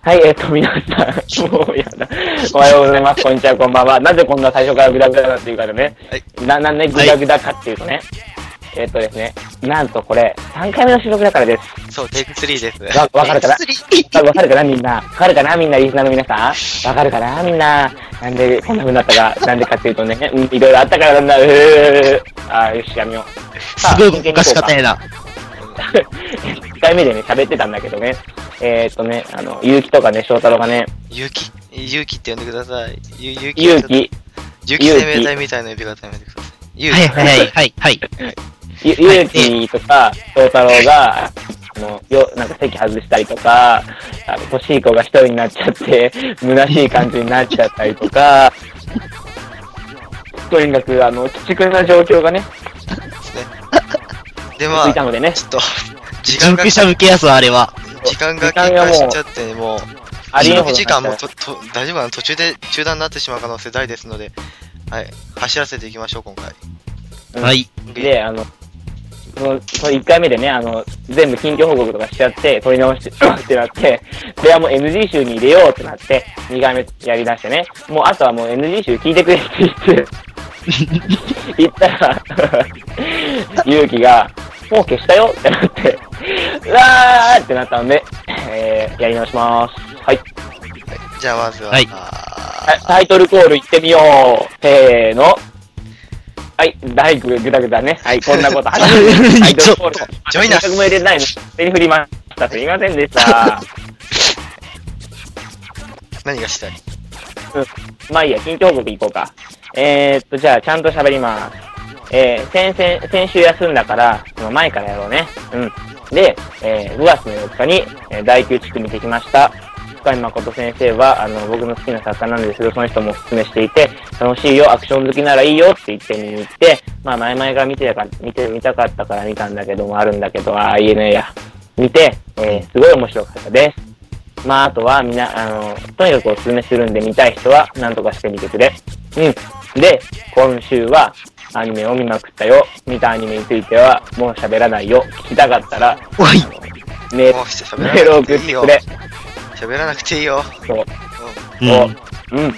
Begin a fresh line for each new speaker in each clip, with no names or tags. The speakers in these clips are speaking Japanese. はい、えっ、と、皆さ ん、もうやだ。おはようございます。こんにちは、こんばんは。なぜこんな最初からグダグダかっていうからね。
はい
な、なんでグダグダかっていうとね。えっとですね、なんとこれ、3回目の収録だからです。
そう、テイク3です。
わ、わかるかな
テイク3
わわかるかなみんな。わかるかなみんな、リスナーの皆さん。わかるかなみんな。なんでこんな風になったか、なんでかっていうとね、うん、いろいろあったからなんだ、うー。あー、よし、やめよう。さあ
すごい昔かったやな。
1回目でね、喋ってたんだけどね。えー、っとね、あの、結城とかね、翔太郎がね、
ゆき、ゆきって呼んでください。ゆ、ゆき。
結城、
ゆき生命体みたいな呼び方やめてください。ゆ
はいはいはいはい。
ゆ、ゆうきとか、翔太郎が、あの、よ、なんか席外したりとか、あの、欲しい子が一人になっちゃって、虚しい感じになっちゃったりとか、とにかく、あの、鬼畜な状況がね、
ですね。で、ま
続い
あ、
た
ちょ
のでね、
っと、時
ジ
間
ム
が、
ク
時
シャム系やぞ、あれは。
間が
時間
経
が
過
もう
しちゃって、もう、
ありえんほ
収録
ど
時間も
と。
とと大丈夫なの途中で中断になってしまう可能性大ですので、はい、走らせていきましょう、今回。
うん
はい。
で、あの、その、その1回目でね、あの、全部近況報告とかしちゃって、取り直して、 ってなって、それはもう NG 集に入れようってなって、2回目やりだしてね、もうあとはもう NG 集聞いてくれって言って、 言ったら、 勇気が、もう消したよってなって、 うわーってなったので、えー、やり直します。はい。
はい、じゃあ、まずは、
はい
あ
タタイトルコール行ってみようせーの。はい、大工ぐだぐだね。はい、こんなこと話して。 タイトルコール。
ジョイナス
全くも入れてないの。手に振りました。すいませんでした。
ー何がしたい
まあいいや、緊張報告行こうか。えー、っと、じゃあ、ちゃんと喋ります。えー、先々、先週休んだから、その前からやろうね。うん。で、えー、5月の4日に、えー、大宮地区に行ってきました。深井誠先生は、あの、僕の好きな作家なんですけど、その人もお勧めしていて、楽しいよ、アクション好きならいいよって言って見に行って、まあ、前々から見てたか、見て、見たかったから見たんだけども、あるんだけど、ああ、言えねえや。見て、えー、すごい面白かったです。まあ、あとは、みんな、あの、とにかくおすすめするんで、見たい人は、なんとかしてみてくれ。うん。で、今週は、アニメを見まくったよ。見たアニメについては、もう喋らないよ。聞きたかったら、
おい。
メ
もう
ー
して
ル
喋
メー
ら
ルを送
なくて
っ
いい
て
よ
く。れ。
喋らなくていいよ。
そう。
う
そ
ん。
う。うん。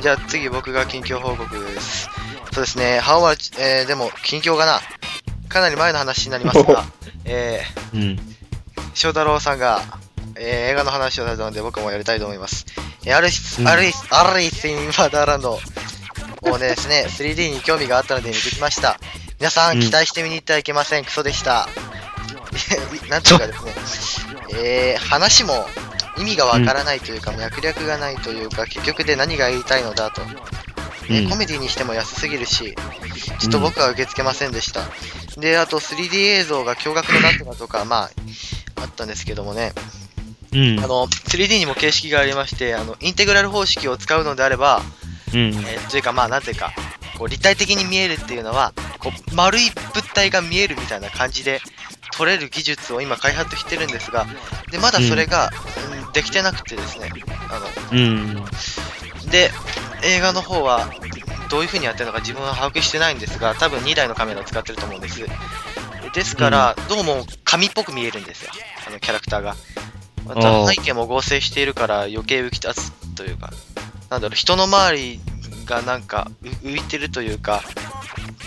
じゃあ次僕が近況報告です。そうですね、ハオは、えー、でも近況がな、かなり前の話になりますが、え
うん。
ー、翔太郎さんが、えー、映画の話をされたので僕もやりたいと思います。えー、アリス、
うん
アリス、アリス・イン・ワンダーランドをね、ですね、3D に興味があったので見てきました。皆さ
うん
ん期待して見に行ってはいけません。クソでした。 なんというかですね、えー、話も意味がわからないというか、脈略がないというか、結局で何が言いたいのだと。ね
うん
コメディにしても安すぎるし、ちょっと僕は受け付けませんでした。で、あと 3D 映像が驚愕のなってたとか、まあ、あったんですけどもね、
うん
あ。の、3D にも形式がありまして、あの、インテグラル方式を使うのであれば、
うん。
えーというかまあ、なんていうか、こう立体的に見えるっていうのは、こう、丸い物体が見えるみたいな感じで、取れる技術を今開発してるんですが、で、まだそれが、うんできてなくてですね、あの、
うん。
で映画の方はどういう風にやってるのか自分は把握してないんですが多分2台のカメラを使ってると思うんですですから、どうも紙っぽく見えるんですよあのキャラクターがま
お
た
ー
背景も合成しているから余計浮き立つというかなんだろう人の周りがなんかう浮いてるというか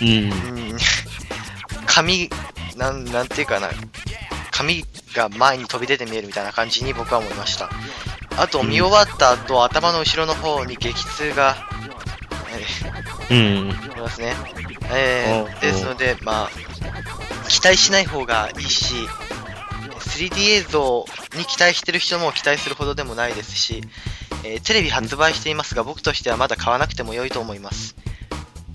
うん。
うん 紙なんなんていうかな紙が前に飛び出て見えるみたいな感じに僕は思いましたあと
うん
見終わった後、頭の後ろの方に激痛が、え
うん。
ーありますね、え
おう
ー、ですのでまあ期待しない方がいいし 3D 映像に期待してる人も期待するほどでもないですし、えーテレビ発売していますが僕としてはまだ買わなくても良いと思います、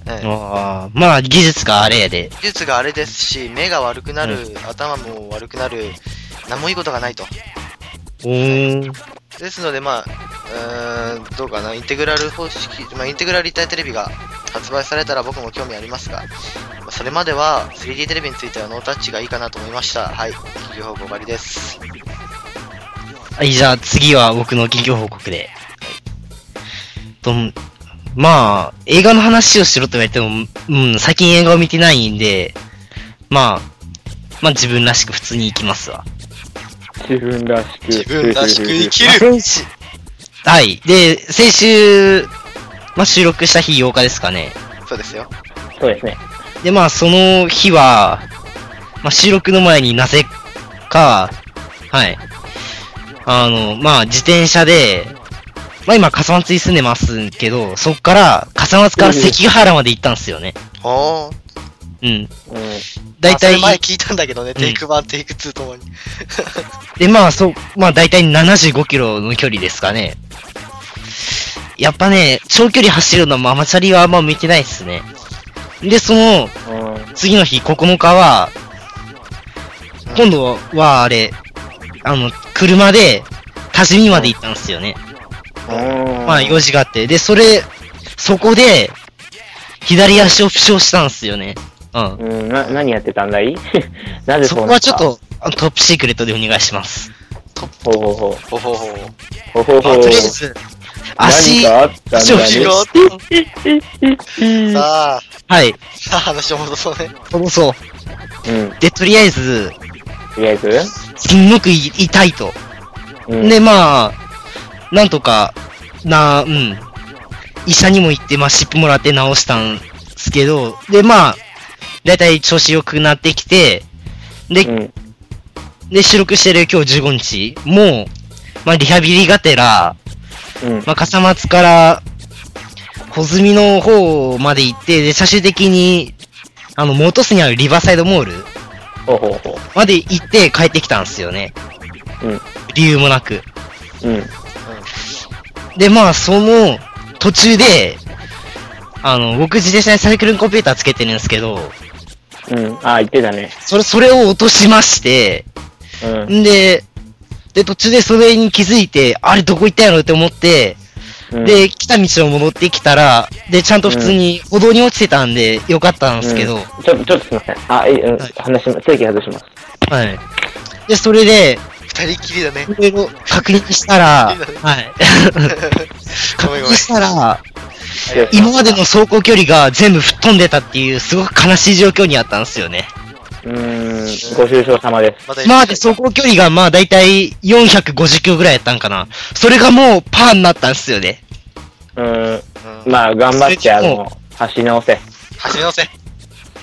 えー
ああ、まあ、技術があれやで。
技術があれですし、目が悪くなる、頭も悪くなる、何もいいことがないと。
おー。
ですので、まあ、うーん、どうかな、インテグラル方式、まあ、インテグラル立体テレビが発売されたら僕も興味ありますが、まあそれまでは 3D テレビについてはノータッチがいいかなと思いました。はい、企業報告終わりです。
はい、じゃあ次は僕の企業報告で。と、まあ、映画の話をしろと言われても、うん、最近映画を見てないんで、まあ、まあ自分らしく普通に行きますわ。
自分らしく。
自分らしく生き る
先週はい。で、先週、まあ、収録した日8日ですかね。
そうですよ。
そうですね。
で、まあ、その日は、まあ、収録の前になぜか、はい。あの、まあ、自転車で、まあ、今、笠松に住んでますけど、そっから、笠松から関ヶ原まで行ったんですよね。
おー。
うん。
うん。
だいた
あそ
い
れ、前聞いたんだけどね、
うん
テイク1、テイク2ともに。
で、まあ、そう、まあ、だいたい75キロの距離ですかね。やっぱね、長距離走るのはママチャリはあんま向いてないですね。で、その、
うん。
次の日9日は、今度はあれ、あの、車で、多治見まで行ったんですよね。まあ、用事があって。で、それ、そこで、左足を負傷したんですよね。うん。
うん、な、何やってたんだい なぜ
そ
そうな
こ
った
はちょっ。と、あのトップシークレットでお願いします。
ほうほうほう。
ほほほ。
ほうほうほ
あ
う。
とりあえず、
何
足、
かあったん
足を
だ
不
ね。
良
さあ、
はい、
さあ話を戻そうね。
そうそう。
うん。
で、とりあえず、
とりあえず
すんごくい痛いと。
うん。
で、まあ、なんとか、な、うん。医者にも行って、まあ、湿布もらって治したんすけど、で、まあ、だいたい調子良くなってきて、で、
うん。
で、収録してる今日15日、もう、まあ、リハビリがてら、
うん。
まあ、笠松から、小積の方まで行って、で、最終的に、あの、元栖にあるリバーサイドモール
ほうほうほ
まで行って帰ってきたんすよね。
うん。
理由もなく。
う。うん。
で、まあ、その、途中で、あの、僕自転車にサイクルコンピューターつけてるんですけど、
うん。ああ、言ってたね。
それ、それを落としまして、
うん。
んで、で、途中でそれに気づいて、あれどこ行ったんやろって思って、
うん、
で、来た道を戻ってきたら、で、ちゃんと普通に歩道に落ちてたんで、よかったんですけど、
うんちょっと、ちょっとすいません。あ、いい、うん
はい
話しま、正規外します。
はい。で、それで、
二人っきりだ ね。
いろいろ確認し たら、はい。
ごめ
確
ん
認
ごめん。
したら、
失礼し
今までの走行距離が全部吹っ飛んでたっていう、すごく悲しい状況にあったんですよね。
うーん、ご愁傷様です。
また
今まで走行距離がまあだいたい450キロぐらいやったんかな。それがもうパーになったんですよね。
うー
うん
ん、まあ、頑張って、あ
それで
の、走り直せ。
走り直せ。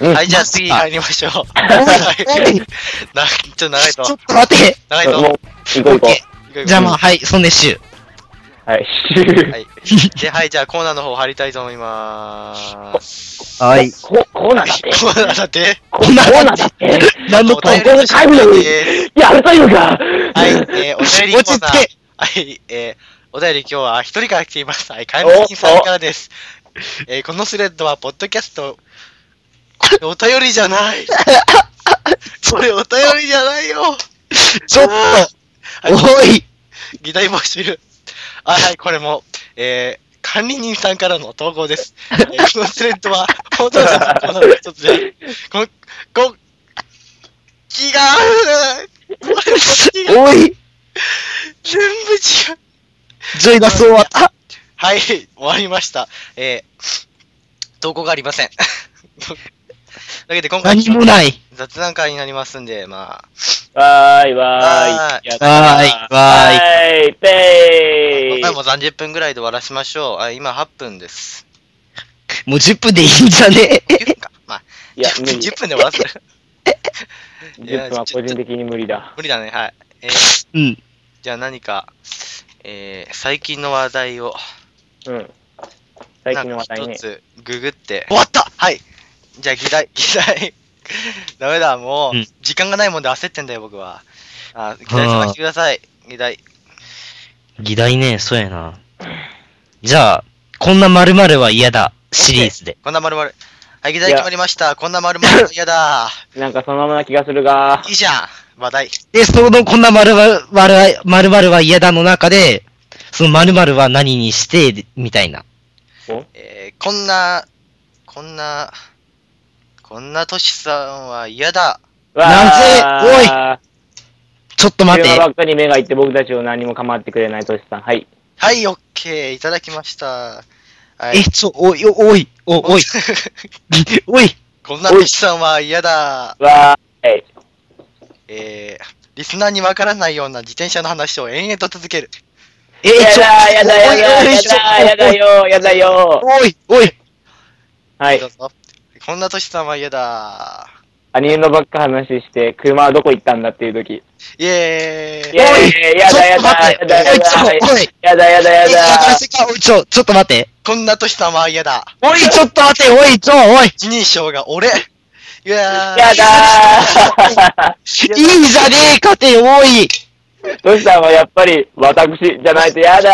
うん。
はい、じゃあ
マジか
次入りましょう。はい。
ち
なちょっと長い
ょ
ぞ
っ。と待って。
長い
うん
ぞ。
もう、行こう行こ
OK
行こう行こう
じゃあまあはい、そんでシュ
はい。
はい。で、はい、じゃあコーナーの方入りたいと思いまーす。
は。
こ、こうなんだって。
コーナーだって。
こうなん だって。
何の
お
パ
便
ー
りの
ここで帰るのに
です
やるというか。
はい、えー、お便りコ
落
ー
ち
ナ
着
ー
け。
はい、えー、お便り今日は一人から来ています。はい、かやまきんさんからです。えー、このスレッドは、ポッドキャスト、これお便りじゃ ない。これお便りじゃないよ。
ちょっ
はい
と、おい
議題募集。 あ、はい、これも、えー、管理人さんからの投稿 です。えーこのスレッドは、報道者のコーナーの一つで、こ、こ、気が合うこれも気が
おい
全部違う
ジョイダス終わった
はい、終わりました。えー、投稿がありません。 というわけで、今回
何もない。
雑談会になりますんで、まあ、
わーい、わ
わ
ーい。
ーい
やった
わーいわーい
ーい。ぺ
今
ー
回
い
も。30分ぐらいで終わらしましょう。あ今8分です。
もう10分でいいんじゃね
9分か。まあ、
いや、無理。
10分で終わらせる。いや
10分は個人的に無理だ。
無理だね、はい。えー
えうん。
じゃあ何か、えー、最近の話題を、
うん。最近の話題
なんか
ね
一。つググって。終わったはいじゃあ議題、議題。 ダメだ、もう、
うん
時間がないもんで焦ってんだよ、僕は。あ、議題探してください。議題。
議題ね、そうやな。じゃあ、こんな〇〇は嫌だシリーズで。
こんな丸々。はい、議題
いや
決まりました。こんな丸々。やだ
なんかそのままな気がするが。
いいじゃん話題。
で、そのこんな〇〇は、〇〇は嫌だの中で、その〇〇は何にして、みたいな。
えー、こんな、こんな、こんなトシさんは嫌だ。
わー
ちょっと待
車
て
ば。っかり目がいって僕たちを何も構ってくれないトシさん。はい。
はい、オッケー。いただきました。はい
え、。ちょ、おい、おおい、お、おい、おい、
こんなトシさんは嫌だ。
わーい。
えー、リスナーにわからないような自転車の話を延々と続ける。
え
や
ちょ
だやだやだやだやだよやだよ
おい、おい、
はい
どう。ぞ。こんな年さんは嫌だ。
アニメのばっか話して、車はどこ行ったんだっていう時。
イエーイ。
いやいやいや
ちょ
や
っと
だ
待
やだ
って、お
や
い、ち
だ
ょっと、おい、
やだやだやだ。
おい、ちょ、ちょっと待って。
こんな年さんは嫌だ。
おい、ちょっと待って、おい、ちょ、おい、
一人称が俺。いやー。
や だ
いいじゃねえかて、おい。違う
ー トシさんはやっぱり私じゃないとやだ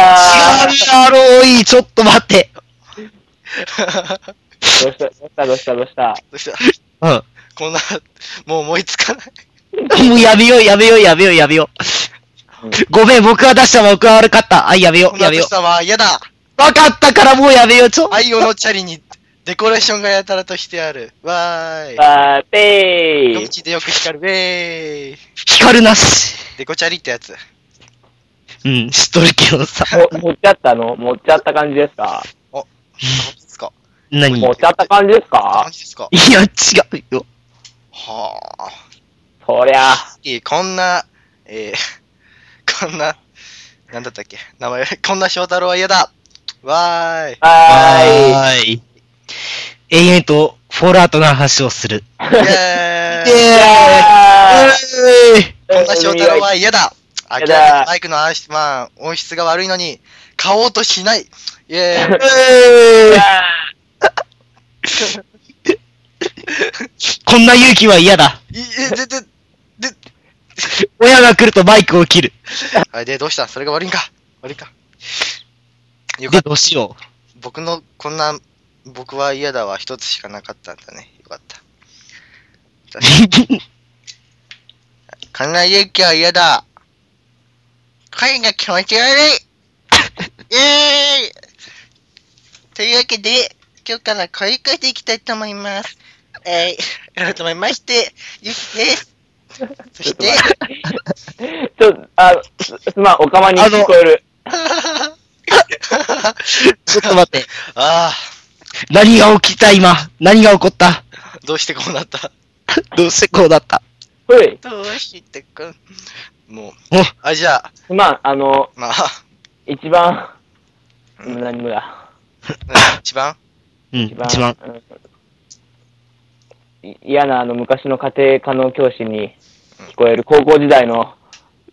ー
だろ、おい、ちょっと待って。
どうしたどうしたどうしたどうした
どうした
うん。
こんな、もう思いつかない。
もうやめよう、やめよう、やめよう、やめよう。ごめん、僕は出した僕は悪かった。あ、やめよ
こ
う、
ん
や
な
め
年
よう。
さんは嫌だ。
わかったからもうやめよう、ちょ。
愛用のチャリにデコレーションがやたらとしてある。わーい。
あーペ
夜
ー
道でよく光る。ウェーイ。
光るなし。
デコチャリってやつ。
うん、知っとるけどさ。
も持っちゃったの持っちゃった感じですか
何ですか
何い
持っちゃった感じです
何
か
ですか
や、違うよ。
はあ。
そりゃ、
いいこんな、えー、 こんな、なんだったっけ名前、 こんな翔太郎は嫌だ。わーい。
は
はーい。永遠と、フォールアウトの話をする。
ー い。
イェー
イ
イ
いやー
エーイ
こんな翔太郎は嫌だ。明
嫌だ
らかにマイクのアーシまあ、音質が悪いのに、買おうとしない。イェーイ。
うわ
えーこんな勇気は嫌だ。
いえ、で、で、で、
親が来るとバイクを切る。
あれで、どうしたそれが悪いんか悪いか。よか
で、
った。
どう しよ
僕の、こんな、僕は嫌だは一つしかなかったんだね。よかった。
う。
考えゆきは嫌だ。声が気持ち悪い。ええー、というわけで、今日から声変えていきたいと思います。えー、改めまして、ゆきです。そして、
ちょっと、あの、す、すまん、おかまに聞こえる。
ちょっと待って。
あ
何が起きた今何が起こった
あ、どうしてこうなった
どうしてこうだった
ほい、
どうしてこう。もう、
お
あ、じゃあ、
すまん、あの、
まあ、
一番、
う
うんん、何もだ。
一番
うん、一番。
うんい嫌なあの昔の家庭科の教師に聞こえる、高校時代の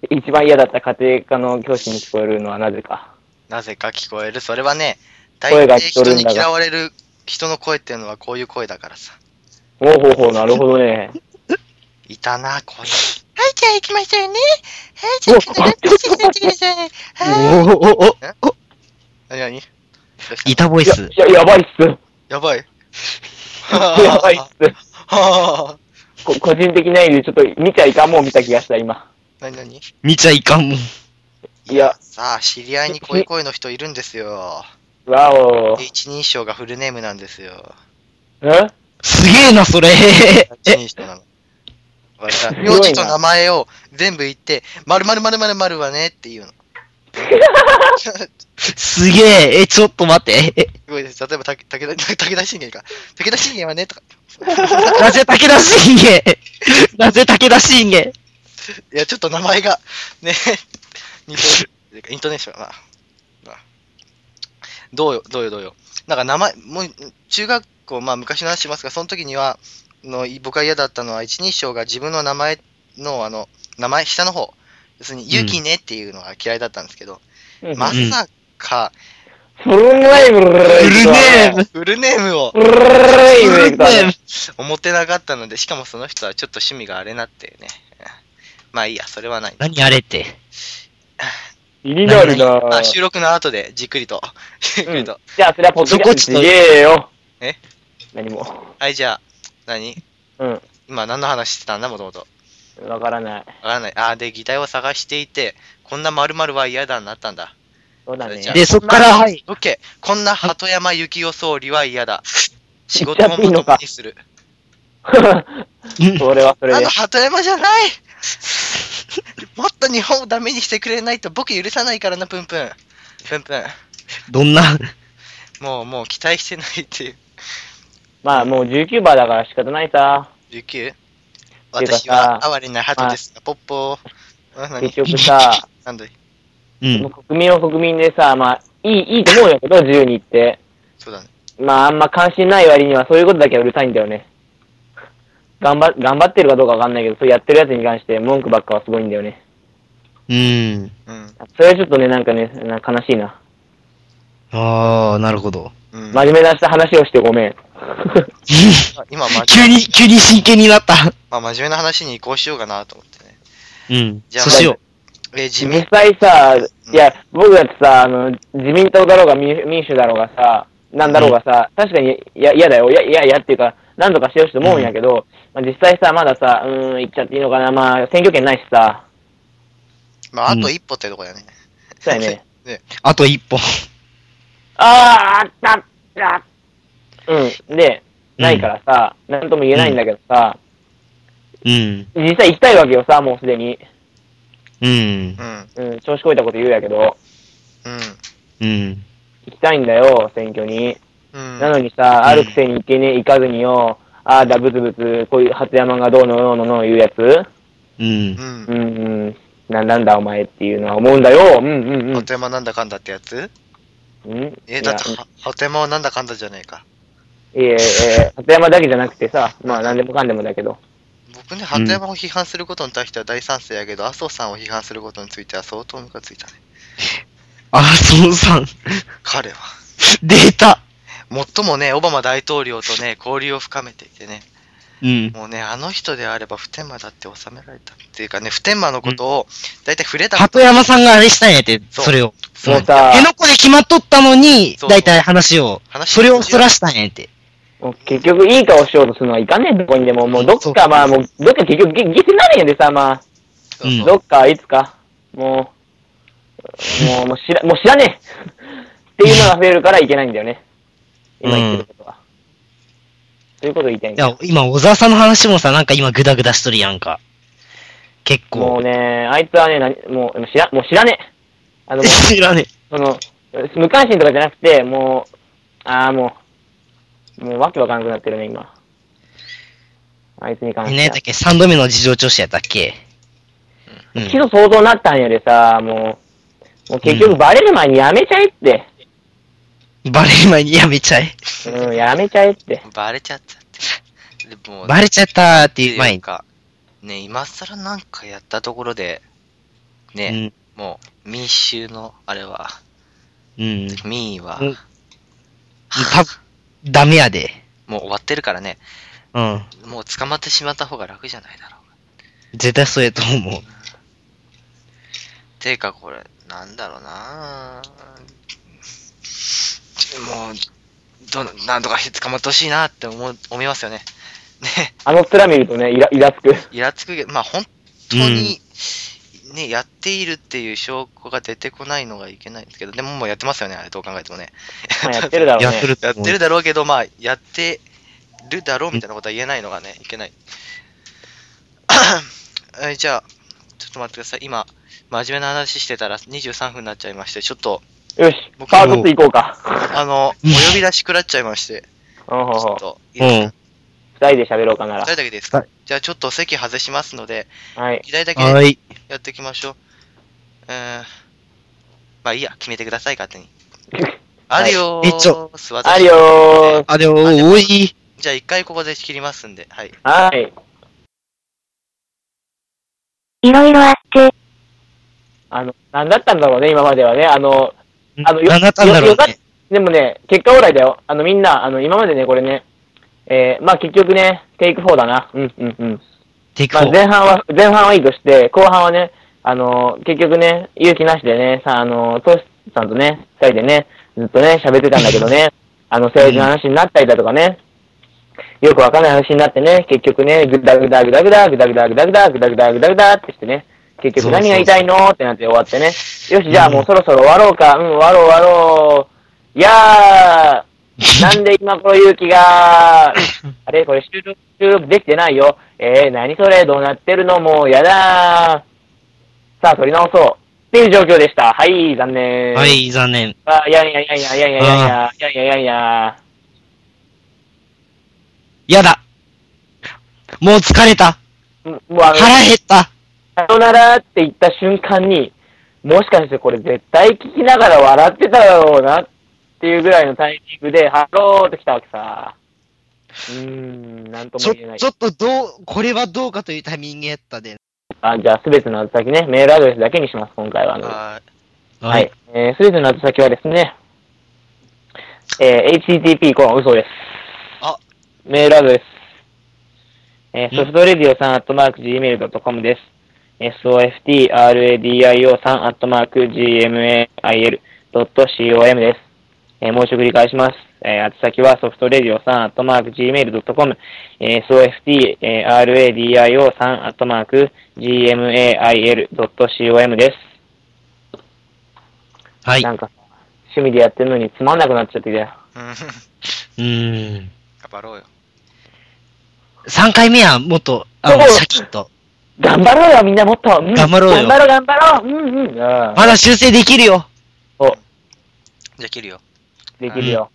一番嫌だった家庭科の教師に聞こえるのはなぜか。
なぜか聞こえる。それはね、大
声
抵
が聞こ
人
えるん
に
だが
嫌われる人の声っていうのはこういう声だからさ。
おうほうほう、なるほどね。
いたな、これ。はい、じゃあ行きましょうね。はい、じゃ
お
あ必ずしてください。
お
はい。
おおおお
何何どうした
いたボイ
いや
ス。、
いややばいっす。
やばい。
やばいっす。
はぁ。
こ個人的な意味でちょっと見ちゃいかんもん見た気がした、今。
何何
見ちゃいかんもん。
いや、
さあ、知り合いにこういう声の人いるんですよ。
わお
で。一人称がフルネームなんですよ。
え
すげえな、それ。
一
え、
人称なの。わかった名字と名前を全部言って、まるまるまるまるまるはねっていうの。
すげえ。え、ちょっと待って。え
すごいです。例えば、たけ武田、武田信玄か。武田信玄はねとか。
なぜ武田信 玄なぜ武田信玄
いや、ちょっと名前が、ね、 似てる。イントネーションがな。などうよ、どうよ、どうよ。なんか名前、もう、中学校、まあ昔の話しますが、その時には、の僕が嫌だったのは、一人称が自分の名前の、あの、名前、下の方、要するに、ゆきねっていうのが嫌いだったんですけど、
うん
まさか、
フルネームフル
ネーム
フルネームを
フルネームだね
思ってなかったので、しかもその人はちょっと趣味があれなってね。まあいいや、それはない。
何あれって。
気になるな
まあ、収録の後でじっくりと、じっ くりと。
じゃあ、それはポッド
そ
キャ
こ
ス
ち
ト
ょっと
ちげえよ。
え
何も。
はい、じゃあ、何
うん。
今何の話してたんだ、もともと。わ
わからない。
からない。あー、で、議題を探していて、こんな〇〇は嫌だになったんだ。
そうだね。
じゃあ
で、そっから、はい。
オッケー。こんな鳩山幸夫総理は嫌だ。仕
言っ
事
ちゃ
も
っていいの
まと
か
もに する。
うん
それはそれ
あ
で
の。鳩山じゃない もっと日本をダメにしてくれないと僕許さないからな、プンプン。プンプン。
どんな、
もう、もう期待してないっていう。
まあもう19番だから仕方ないさ。
19? 私は哀れな鳩ですが、ポッポー。あ何
結局さ、
なんだい
うん。
国民は国民でさ、まあ、いい、いいと思うんやけど、自由に言って。
そうだね。
まあ、あんま関心ない割には、そういうことだけはうるさいんだよね。頑張、頑張ってるかどうかわかんないけど、そうやってるやつに関して文句ばっかはすごいんだよね。
うん。
うん。
それはちょっとね、なんかね、な悲しいな。
ああ、なるほど。
うん、
真面目なした話をしてごめん。
今、ま、
急に、急に真剣になった。
まあ、真面目な話に移行しようかなと思ってね。
うん。
じゃあ
そうしよ
えー、地味
実。際さ、
ん
いや、僕だってさ、あの、自民党だろうが民民主だろうがさ、なんだろうがさ、確かにいや嫌だよ、いや、いや、いやっていうか、なんとかしてほしいと思うんやけど、まあ、実際さ、まださ、うーん、言っちゃっていいのかな、まあ、選挙権ないしさ、
まあ、あと一歩ってとこだね。
そうやね。
ね。
う。あと一歩。
あー、あった、あった。うん、で、ないからさ、なんとも言えないんだけどさ、
うん。
実際行きたいわけよさ、もうすでに。
うん
う。ん。
うん、調子こいたこと言うやけど、
うん。
うん。
行きたいんだよ、選挙に。
うん。
なのにさ、あるくせに行けね、行かずによ、ああだぶつぶつ、こういう初山がどうのようのの言うやつ、
う。
う
う
ん。
んんうん、な、なんだお前っていうのは思うんだよ、うんうん
鳩山なんだかんだってやつ
うん。うん、
え、
い
だ
や
って、は鳩山はなんだかんだじゃねえか。
いえ、え初山だけじゃなくてさ、まあなんでもかんでもだけど、
僕ね、鳩山を批判することに対しては大賛成やけど、麻生さんを批判することについては相当ムカついたね。
あ、そうさん。
彼は。
データ。
最もね、オバマ大統領 とね、交流を深めていてね、
うん。
もうね、あの人であれば普天間だって収められたっていうかね、普天間のことを、だいたい触れた
鳩山さんがあれしたんやって、
そう
それを。
そう
もうさ
辺野古で決まっとったのに
そ、う
だいたい話を。
話
それをそらしたんやって。
もう結局いい顔しようとするのはいかねえとこにでも、もうど
そ
っ
う
かまあもう、どっか結局ぎ犠牲になるんやでさ、まあ、
そうそう
うん
どっかいつか、もう、もうもう知ら、もう知らねえっていうのが増えるからいけないんだよね。今言ってることは。そういうこと言いたいん
い
だよ
や、今、小沢さんの話もさ、なんか今グダグダしとるやんか。結
もう
構。
ね、あいつはね、なにもう知ら、もう知らねえ。あの、もう
知らね
その、無関心とかじゃなくて、もう、ああ、もう、もうわけわからなくなってるね、今。あいつに関
え。
して
ね
は。
だっけ、3度目の事情聴取やったっけう
一
ん。
度想像になったんやでさ、もう、もう結局バレる前にやめちゃえって。
バレる前にやめちゃえ。
うん、やめちゃえって。
バレちゃった って。でもう
バレちゃったっていう前
なん
に。
か、ね、今更なんかやったところで、
う
ね、
ん。
もう民衆の、あれは、
うん。
民意は、
うん多分ダメやで。
もう終わってるからね、
うん。
もう捕まってしまった方が楽じゃないだろうか。
絶対そうやと思う。
ていうかこれ、なんだろうなちもう、どの、なんとかして捕まってほしいなって思う、思いますよね。ね、
あの面見るとね、イラ、イラつく。
イラつくけど、まあ本当に、ね、やっているっていう証拠が出てこないのがいけないんですけど、でももうやってますよね、あれ、どう考えてもね。
まあやってるだろう
や
ね
って。ると
やっ
思う
てるだろうけど、まあ、やってるだろうみたいなことは言えないのがね、いけない。 えじゃあ、ちょっと待ってください。今、真面目な話してたら23分になっちゃいまして、ちょっと、
よし、
僕
パート2行こう か。
あの、お呼び出し食らっちゃいまして、
うんほう
ち
ほ
ょ
う
っ。と、いいです
うん
か。
二人で喋ろうかなら
誰。だけですか、
はい
じゃあ、ちょっと席外しますので、
はい。
左だけ
はーい。
やっていきましょう。えー、まあいいや、決めてください、勝手に。アディオ
えちょ
ース、私
アディオース
あ、でも、
あでも
多い。
じゃあ、一回ここで切りますんで、はい。
はい。
いろいろあって、
あの、なんだったんだろうね、今まではね。あの、あの、よ
あなただろ
よ
う
よかっ
ね。
でもね、結果オーライだよ。あの、みんな、あの、今までね、これね、えー、まあ結局ね、テイク4だな。うん、うん、うん。
テイク
まあ
4。
前半は、前半はいいとして、後半はね、あのー結局ね、勇気なしでね、さ、あのートシさんとね、二人でね、ずっとね、喋ってたんだけど ね、あの、政治の話になったりだとかね、よくわかんない話になってね、結局ね、ぐだぐだぐだぐだぐだぐだぐだぐだぐだぐだぐだぐだってしてね、結
そうそうそ
局何
う
が言いたいのってなって終わってね、よし、じゃあもうそろそろ終わろうか、うん、終わろう終わろう、いやー、 なんで今この勇気が、あれこれ収録、収録できてないよ。えー、何それどうなってるのもうやだー。さあ、取り直そう。っていう状況でした。はい、残念。
は。い、残念。
あいやいやいやいやいやいやいやいやいやいやいや
やだ。もう疲れた。
もうあの、
腹減った。
さよならって言った瞬間に、もしかしてこれ絶対聞きながら笑ってただろうなっていうぐらいのタイミングで、ハローって来たわけさ。うーん、なんと
ち
も
ょ、
言えない
ち。ょっとどう、これはどうかというタイミングやったで。
あじゃあ、すべての宛先ね、メールアドレスだけにします、今回は。あの
は
はい。。えー、すべての宛先はですね、えー、http コロン嘘です。
あ
メールアドレス。えー、
う
ソ
ん
フトレディオさん、アットマーク、gmail.com です。softradio さん、アットマーク、gmail.com です。えー、もう一度繰り返します。えー、宛先はソフトレディオさん、アットマーク、gmail.com、えー、softradio さん、アットマーク、gmail.com です。
はい。
な
うん
か、趣味でやってるのにつまんなくなっちゃってきたよ。
い。うん。頑
ーん。
張ろうよ。
3回目はもっと、あの、
そう
シャキッと。
頑張ろうよ、みんなもっと。ん
頑張ろうよ
頑張ろう、頑張ろう。うんうん。うん
まだ修正できるよ。
そう
じゃあ切るよ。
できるよ。